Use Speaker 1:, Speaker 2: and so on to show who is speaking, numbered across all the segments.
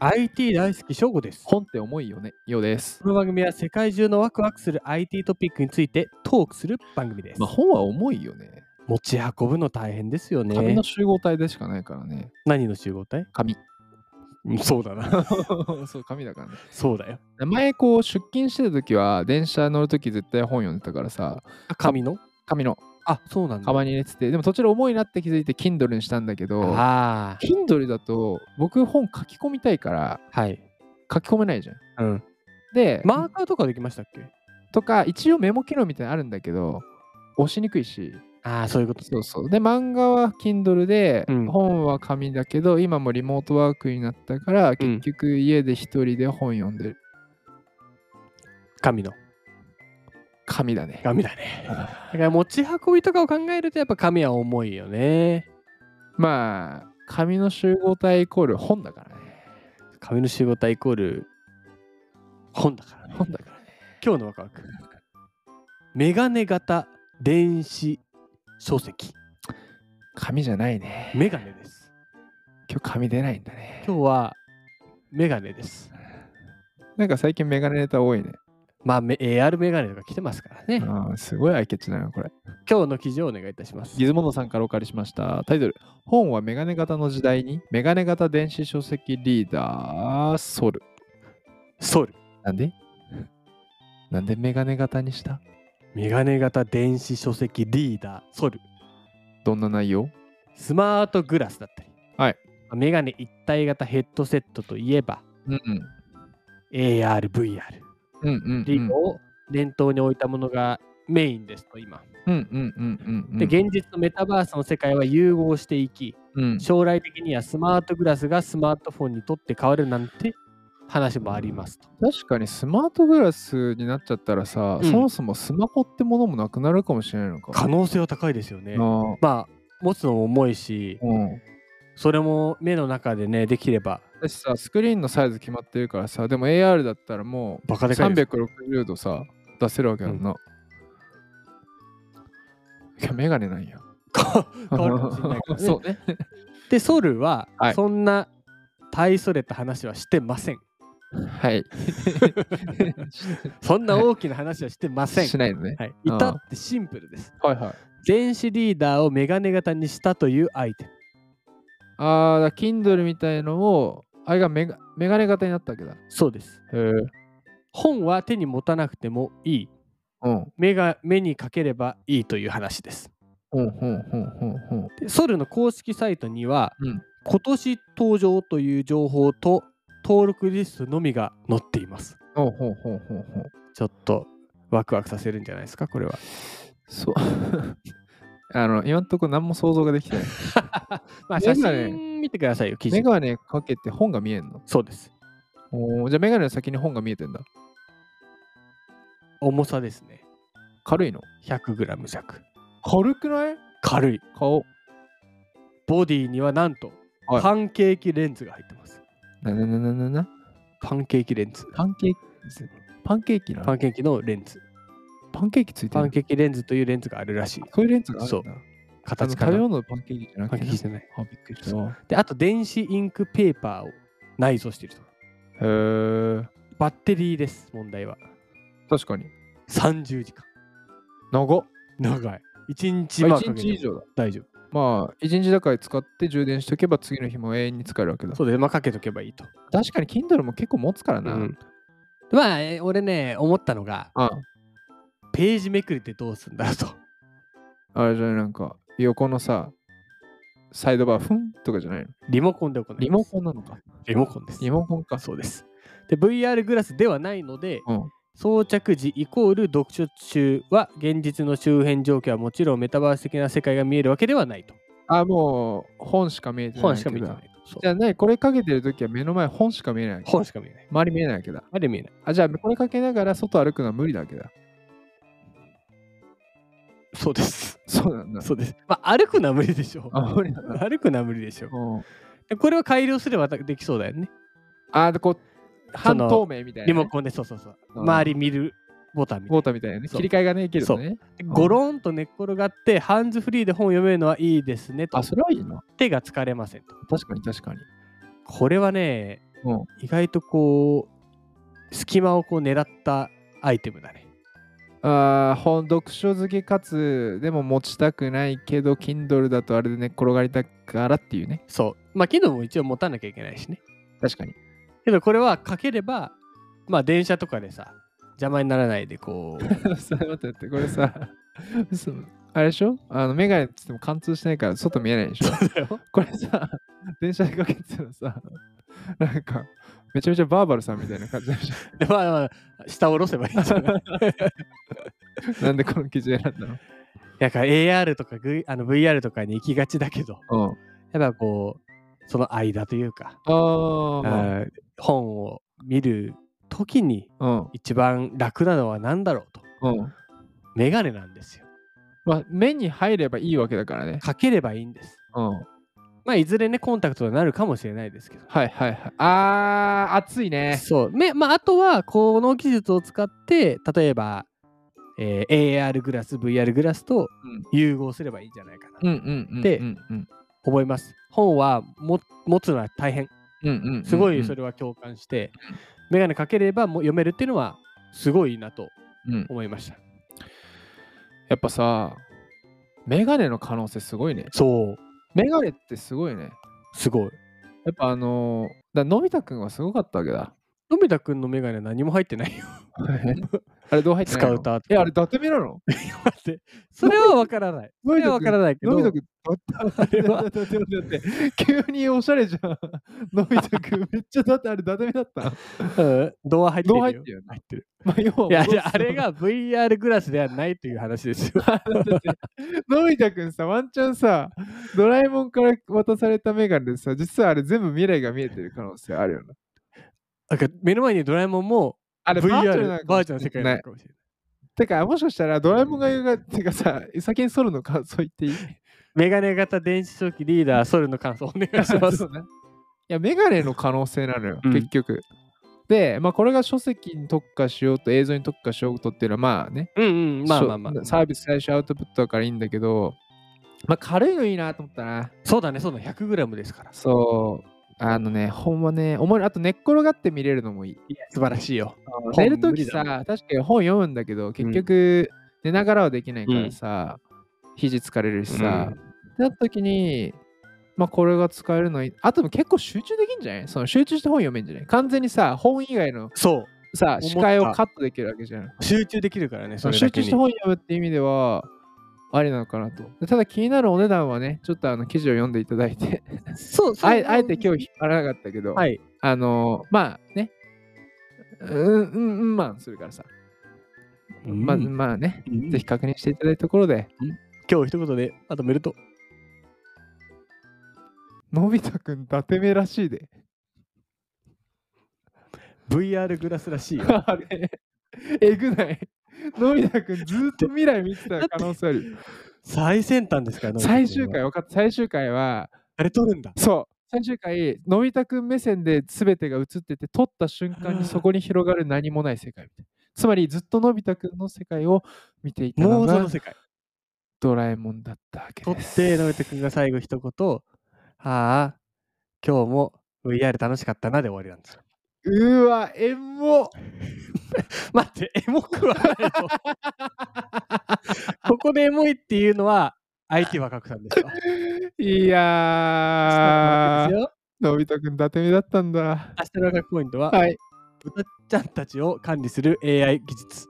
Speaker 1: IT 大好き翔吾です。
Speaker 2: 本って重いよね。ようです。
Speaker 1: この番組は世界中のワクワクする IT トピックについてトークする番組です。
Speaker 2: まあ本は重いよね。
Speaker 1: 持ち運ぶの大変ですよ
Speaker 2: 紙
Speaker 1: ね
Speaker 2: の。集合体でしかないからね。
Speaker 1: 何の集合体
Speaker 2: 紙。
Speaker 1: そうだな。
Speaker 2: そう、紙だからね。
Speaker 1: そうだよ。
Speaker 2: 前、こう、出勤してた時は、電車乗る時絶対本読んでたからさ、
Speaker 1: 紙の
Speaker 2: 紙の
Speaker 1: あ、そうなんだ。
Speaker 2: カバンに入れてて、でも途中で重いなって気づいて、Kindle にしたんだけど、
Speaker 1: あ
Speaker 2: Kindle だと、僕本書き込みたいから、
Speaker 1: あ、はい。
Speaker 2: 書き込めないじゃん。
Speaker 1: うん。
Speaker 2: で、
Speaker 1: マーカーとかできましたっけ
Speaker 2: とか、一応メモ機能みたいなのあるんだけど、押しにくいし、
Speaker 1: ああ、そういうこと。
Speaker 2: そうそう。で、漫画は Kindle で、
Speaker 1: うん
Speaker 2: 本は紙だけど、今もリモートワークになったから、結局家で一人で本読んでる。
Speaker 1: 紙の。
Speaker 2: 紙だね。
Speaker 1: 紙だね。だから持ち運びとかを考えるとやっぱ紙は重いよね。
Speaker 2: まあ、紙の集合体イコール本だからね。
Speaker 1: 紙の集合体イコール本だからね。
Speaker 2: 本だからね。
Speaker 1: 今日のワクワク。メガネ型電子書籍。
Speaker 2: 紙じゃないね。
Speaker 1: メガネです。
Speaker 2: 今日紙出ないんだね。
Speaker 1: 今日はメガネです。
Speaker 2: なんか最近メガネネタ多いね。
Speaker 1: まあ、め AR メガネとか来てますからね。
Speaker 2: あーすごい相ケチだな、これ。
Speaker 1: 今日の記事をお願いいたします
Speaker 2: ギ。ズモノさんからお借りしました。タイトル、本はメガネ型の時代に、メガネ型電子書籍リーダー、ソル。
Speaker 1: ソル。
Speaker 2: なんでなんでメガネ型にした
Speaker 1: メガネ型電子書籍リーダー、ソル。
Speaker 2: どんな内容
Speaker 1: スマートグラスだったり。
Speaker 2: はい。
Speaker 1: メガネ一体型ヘッドセットといえば、
Speaker 2: うんうん。
Speaker 1: AR、VR。
Speaker 2: うんうんう
Speaker 1: リ
Speaker 2: ん
Speaker 1: ゴを念頭に置いたものがメインですと、今。
Speaker 2: うんうんうんうん
Speaker 1: で、現実とメタバースの世界は融合していき、
Speaker 2: うん
Speaker 1: 将来的にはスマートグラスがスマートフォンにとって変わるなんて話もありますと。
Speaker 2: 確かにスマートグラスになっちゃったらさ、
Speaker 1: うん
Speaker 2: そもそもスマホってものもなくなるかもしれないのか。
Speaker 1: 可能性は高いですよね。
Speaker 2: あ
Speaker 1: まあ持つのも重いし
Speaker 2: ー、うん、
Speaker 1: それも目の中でねできれば
Speaker 2: だしさスクリーンのサイズ決まってるからさでも AR だったらも
Speaker 1: バ
Speaker 2: う
Speaker 1: カでかいです。
Speaker 2: 360度さ出せるわけやんな、いやメガネなんや
Speaker 1: 変わるかもしれないからね
Speaker 2: そうね
Speaker 1: でソルは
Speaker 2: はい
Speaker 1: そんな大それた話はしてません。
Speaker 2: はい
Speaker 1: そんな大きな話はしてません。
Speaker 2: しないのね
Speaker 1: はい、
Speaker 2: うん
Speaker 1: 至ってシンプルです。
Speaker 2: はいはい
Speaker 1: 電子リーダーをメガネ型にしたというアイテム。
Speaker 2: ああ、だから Kindle みたいのを、あれがメガメガネ型になったわけだ。へ
Speaker 1: そうです。
Speaker 2: え。
Speaker 1: 本は手に持たなくてもいい。
Speaker 2: うん。
Speaker 1: 目が目にかければいいという話です。
Speaker 2: ほんほんほんほんほん。
Speaker 1: でソルの公式サイトには、
Speaker 2: うん
Speaker 1: 今年登場という情報と登録リストのみが載っています
Speaker 2: ほんほんほんほんほん。
Speaker 1: ちょっとワクワクさせるんじゃないですかこれ は
Speaker 2: そう。あの、今んとこ何も想像がで きてない。
Speaker 1: まあ
Speaker 2: メガ
Speaker 1: 写
Speaker 2: ネ
Speaker 1: 真見てくださいよ記
Speaker 2: メ
Speaker 1: 事
Speaker 2: ガネかけて本が見えんの。
Speaker 1: そうです
Speaker 2: おーじゃあメガネの先に本が見えてんだ。
Speaker 1: 重さですね
Speaker 2: 軽いの
Speaker 1: 100g 弱
Speaker 2: 軽くない
Speaker 1: 軽い
Speaker 2: 顔。
Speaker 1: ボディにはなんと
Speaker 2: はい
Speaker 1: パンケーキレンズが入ってます、
Speaker 2: なななななな。
Speaker 1: パンケーキレンズ
Speaker 2: パンケーキ。パンケーキなの
Speaker 1: パンケーキのレンズ
Speaker 2: パンケーキついて
Speaker 1: パ
Speaker 2: る
Speaker 1: ン
Speaker 2: の
Speaker 1: ケーキレンズというレンズがあるらしい
Speaker 2: そういうレンズがあ
Speaker 1: そ
Speaker 2: る
Speaker 1: うん
Speaker 2: だ。あの
Speaker 1: 形
Speaker 2: 食
Speaker 1: か
Speaker 2: べ
Speaker 1: な
Speaker 2: 物のパンケーキじゃな
Speaker 1: パ
Speaker 2: く
Speaker 1: ン
Speaker 2: て
Speaker 1: ケ
Speaker 2: な。
Speaker 1: ーキじゃない
Speaker 2: あ、びっくりした。へ
Speaker 1: であと電子インクペーパーを内蔵していると
Speaker 2: え。
Speaker 1: バッテリーです問題は
Speaker 2: 確かに。
Speaker 1: 30時間
Speaker 2: 長っ。
Speaker 1: 長い1日
Speaker 2: ま
Speaker 1: ま
Speaker 2: あ
Speaker 1: あ
Speaker 2: 一
Speaker 1: かけ
Speaker 2: 日以
Speaker 1: て
Speaker 2: 上だ。
Speaker 1: 大丈夫
Speaker 2: まあ、一日だから使って充電しとけば次の日も永遠に使えるわけだ。
Speaker 1: そうですまあかけとけばいいと、
Speaker 2: 確かに Kindle も結構持つからな。
Speaker 1: うんまあえ俺ね思ったのが
Speaker 2: あ
Speaker 1: ページめくりってどうすんだろう と
Speaker 2: あれじゃないなんか、横のさ、サイドバー、ふんとかじゃないの
Speaker 1: リモコンで行います
Speaker 2: リモコンなのか。
Speaker 1: リモコンです
Speaker 2: リモコンか。
Speaker 1: そうですで VR グラスではないので
Speaker 2: うん。
Speaker 1: 装着時イコール読書中は現実の周辺状況はもちろんメタバース的な世界が見えるわけではないと
Speaker 2: あ、もう本しか見えてないわ
Speaker 1: 本
Speaker 2: け
Speaker 1: しか
Speaker 2: だ。
Speaker 1: 見えないとそう
Speaker 2: じゃあね、これかけてるときは目の前本しか見えないわけだ。
Speaker 1: 本しか見えない
Speaker 2: 周り見えないわけだ。
Speaker 1: あれ見えない
Speaker 2: あ、じゃあこれかけながら外歩くのは無理だわけだ。
Speaker 1: そうです
Speaker 2: そうなんだ。
Speaker 1: そうですまあ歩くのは無理でしょう
Speaker 2: あ、無理なんだ。
Speaker 1: 歩くのは無理でしょう
Speaker 2: うん、
Speaker 1: でこれは改良すればできそうだよね
Speaker 2: あ、でこう、
Speaker 1: そ
Speaker 2: 半
Speaker 1: の
Speaker 2: 透明みたいなね、
Speaker 1: リモコンでそうそうそう。
Speaker 2: うん
Speaker 1: 周り見るボタンみた
Speaker 2: ウォ
Speaker 1: い
Speaker 2: ーターみたいなね。
Speaker 1: そう
Speaker 2: 切り替えがね、いけるのね。
Speaker 1: な。ゴロンと寝っ転がって、ハンズフリーで本読めるのはいいですねと
Speaker 2: あ、。それはいいな。
Speaker 1: 手が疲れませんと。
Speaker 2: 確かに確かに。
Speaker 1: これはね、
Speaker 2: うん
Speaker 1: 意外とこう隙間をこう狙ったアイテムだね。
Speaker 2: あー本読書好きかつでも持ちたくないけど Kindle だとあれでね転がりたからっていうね
Speaker 1: そう。まあ Kindle も一応持たなきゃいけないしね。
Speaker 2: 確 かに
Speaker 1: けどこれはかければまあ電車とかでさ邪魔にならないでこう
Speaker 2: さ待って待ってこれさそあれでしょあのメガネっつっても貫通してないから外見えないでし ょこれさ電車でかけてたらさなんかめちゃめちゃバーバルさんみたいな感じで し
Speaker 1: でまあまあ下を下ろせばいいんじ ゃない
Speaker 2: ょなんでこの基準選んだの
Speaker 1: なんか AR とか、グイあの VR とかに行きがちだけど
Speaker 2: うん
Speaker 1: やっぱこうその間というか
Speaker 2: ああ、
Speaker 1: あー本を見る時に
Speaker 2: うん
Speaker 1: 一番楽なのは何だろうと
Speaker 2: うん
Speaker 1: メガネなんですよ
Speaker 2: まあ目に入ればいいわけだからね
Speaker 1: かければいいんです
Speaker 2: うん
Speaker 1: まあいずれねコンタクトになるかもしれないですけど
Speaker 2: はいはいはいあー暑いね
Speaker 1: そうめ、まあ、あとはこの技術を使って例えば、えー AR グラス VR グラスと融合すればいいんじゃないかなと
Speaker 2: うんうんうん
Speaker 1: で
Speaker 2: うんうん
Speaker 1: 思います、本はも持つのは大変
Speaker 2: うんうんうんうん
Speaker 1: すごいそれは共感して、メガネかければもう読めるっていうのはすごいなと
Speaker 2: うん
Speaker 1: 思いました
Speaker 2: やっぱさメガネの可能性すごいね
Speaker 1: そう
Speaker 2: メガネってすごいね
Speaker 1: すごい
Speaker 2: やっぱあのーだのび太くんはすごかったわけ だ
Speaker 1: のび太くんのメガネ何も入ってないよ
Speaker 2: あれどう入って
Speaker 1: ス
Speaker 2: ない
Speaker 1: カ
Speaker 2: の
Speaker 1: ウターっ
Speaker 2: え
Speaker 1: て
Speaker 2: あれ伊達目なの
Speaker 1: 待ってそれは分からないそ
Speaker 2: のび
Speaker 1: れ
Speaker 2: 太
Speaker 1: は
Speaker 2: くん
Speaker 1: 分からないけ
Speaker 2: の
Speaker 1: ど
Speaker 2: び太くんあ
Speaker 1: れは
Speaker 2: だってだって急におしゃれじゃんのび太くんめっちゃだってあれ伊達目だった
Speaker 1: うんドア入ってる
Speaker 2: ど
Speaker 1: よ
Speaker 2: う入ってるよね
Speaker 1: 入ってる
Speaker 2: まあ要はい
Speaker 1: や、じゃあ
Speaker 2: 戻す
Speaker 1: あれが VR グラスではないという話です よ。
Speaker 2: のび太くんさ、ワンチャンさ、ドラえもんから渡されたメガネでさ、実はあれ全部未来が見えてる可能性あるよな。
Speaker 1: なんか目の前にドラえもんも
Speaker 2: あれ
Speaker 1: VR バ
Speaker 2: バ
Speaker 1: ーチ
Speaker 2: ーチャ
Speaker 1: ャ
Speaker 2: ル
Speaker 1: ル
Speaker 2: なのかもしれ
Speaker 1: の
Speaker 2: ない
Speaker 1: 世界なのかもしれない。
Speaker 2: てか、もしかしたらドラえもんが言うが、てかさ、先にソロの感想言っていい
Speaker 1: メガネ型電子書機リーダー、ソルの感想お願いします。
Speaker 2: そうねいや、メガネの可能性なのよ、
Speaker 1: うん
Speaker 2: 結局。で、まあ、これが書籍に特化しようと映像に特化しようとっていうのは、まあね、
Speaker 1: うんうん、まあまあまあ
Speaker 2: そう。サービス最初アウトプットだからいいんだけど、まあ、軽いのいいなと思ったな。
Speaker 1: そうだね、そうだ、100g ですから。
Speaker 2: そう。あのね、ほんまね、重い。あと寝っ転がって見れるのもいい。
Speaker 1: 素晴らしいよ。本
Speaker 2: 寝ると
Speaker 1: 無
Speaker 2: き
Speaker 1: 理だ
Speaker 2: さ、確かに本読むんだけど、結局、寝ながらはできないからさ、肘疲れるしさ、なったときに、まあこれが使えるのいい、あとも結構集中できんじゃないその集中して本読めんじゃない完全にさ、本以外の
Speaker 1: そ
Speaker 2: さ、
Speaker 1: った
Speaker 2: 視界をカットできるわけじゃん。
Speaker 1: う、集中できるからね、そ
Speaker 2: その
Speaker 1: れ
Speaker 2: 集
Speaker 1: だけ
Speaker 2: 中
Speaker 1: に
Speaker 2: して。本読むって意味では、ありなのかなと。でただ気になるお値段はね、ちょっとあの記事を読んでいただいて、
Speaker 1: そう、そう
Speaker 2: あえあえて今日引っ張らなかったけど、
Speaker 1: はい。
Speaker 2: あのまあね、うんうんうんまあするからさ、まあ
Speaker 1: うん
Speaker 2: まあね、
Speaker 1: うん
Speaker 2: ぜひ確認していただいたところで、
Speaker 1: 今日一言でまとめると。
Speaker 2: のび太くん、伊達目らしいで。
Speaker 1: VR グラスらしいよ。
Speaker 2: あれ、えぐない。のび太くん、ずーっと未来見てた可能性あるよ。
Speaker 1: 最先端ですから、
Speaker 2: 最終回、
Speaker 1: は。
Speaker 2: 分かった。最終回は、
Speaker 1: あれ撮るんだ。
Speaker 2: そう、最終回、のび太くん目線で全てが映ってて、撮った瞬間にそこに広がる何もない世界みたいな。つまり、ずっとのび太くんの世界を見ていた
Speaker 1: 妄
Speaker 2: の
Speaker 1: 想
Speaker 2: が
Speaker 1: の世界。
Speaker 2: ドラえもんだったわけ
Speaker 1: 撮っ
Speaker 2: です。
Speaker 1: て、のび太くんが最後一 言、ああ、今日も VR 楽しかったなで終わりなんですよ。
Speaker 2: うーわ、えんも。
Speaker 1: 待って、エモくはないよ。 ここでエモいっていうのは、IT 若くさんでしょ。
Speaker 2: いや
Speaker 1: 明日の若く です
Speaker 2: ー、
Speaker 1: よ
Speaker 2: のび太くん、伊達目だったんだ。
Speaker 1: 明日の若くポイントは、
Speaker 2: はい。
Speaker 1: 豚ちゃんたちを管理する AI 技術。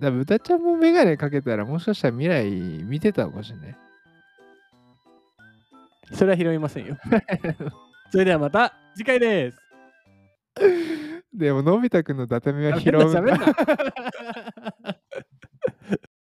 Speaker 2: だ豚ちゃんもメガネかけたら、もしかしたら未来見てたのかもしれない。
Speaker 1: それは拾いませんよ。それではまた次回です。
Speaker 2: でも、のび太くんの伊達目は拾
Speaker 1: あ変な
Speaker 2: う
Speaker 1: 喋ん
Speaker 2: な。
Speaker 1: な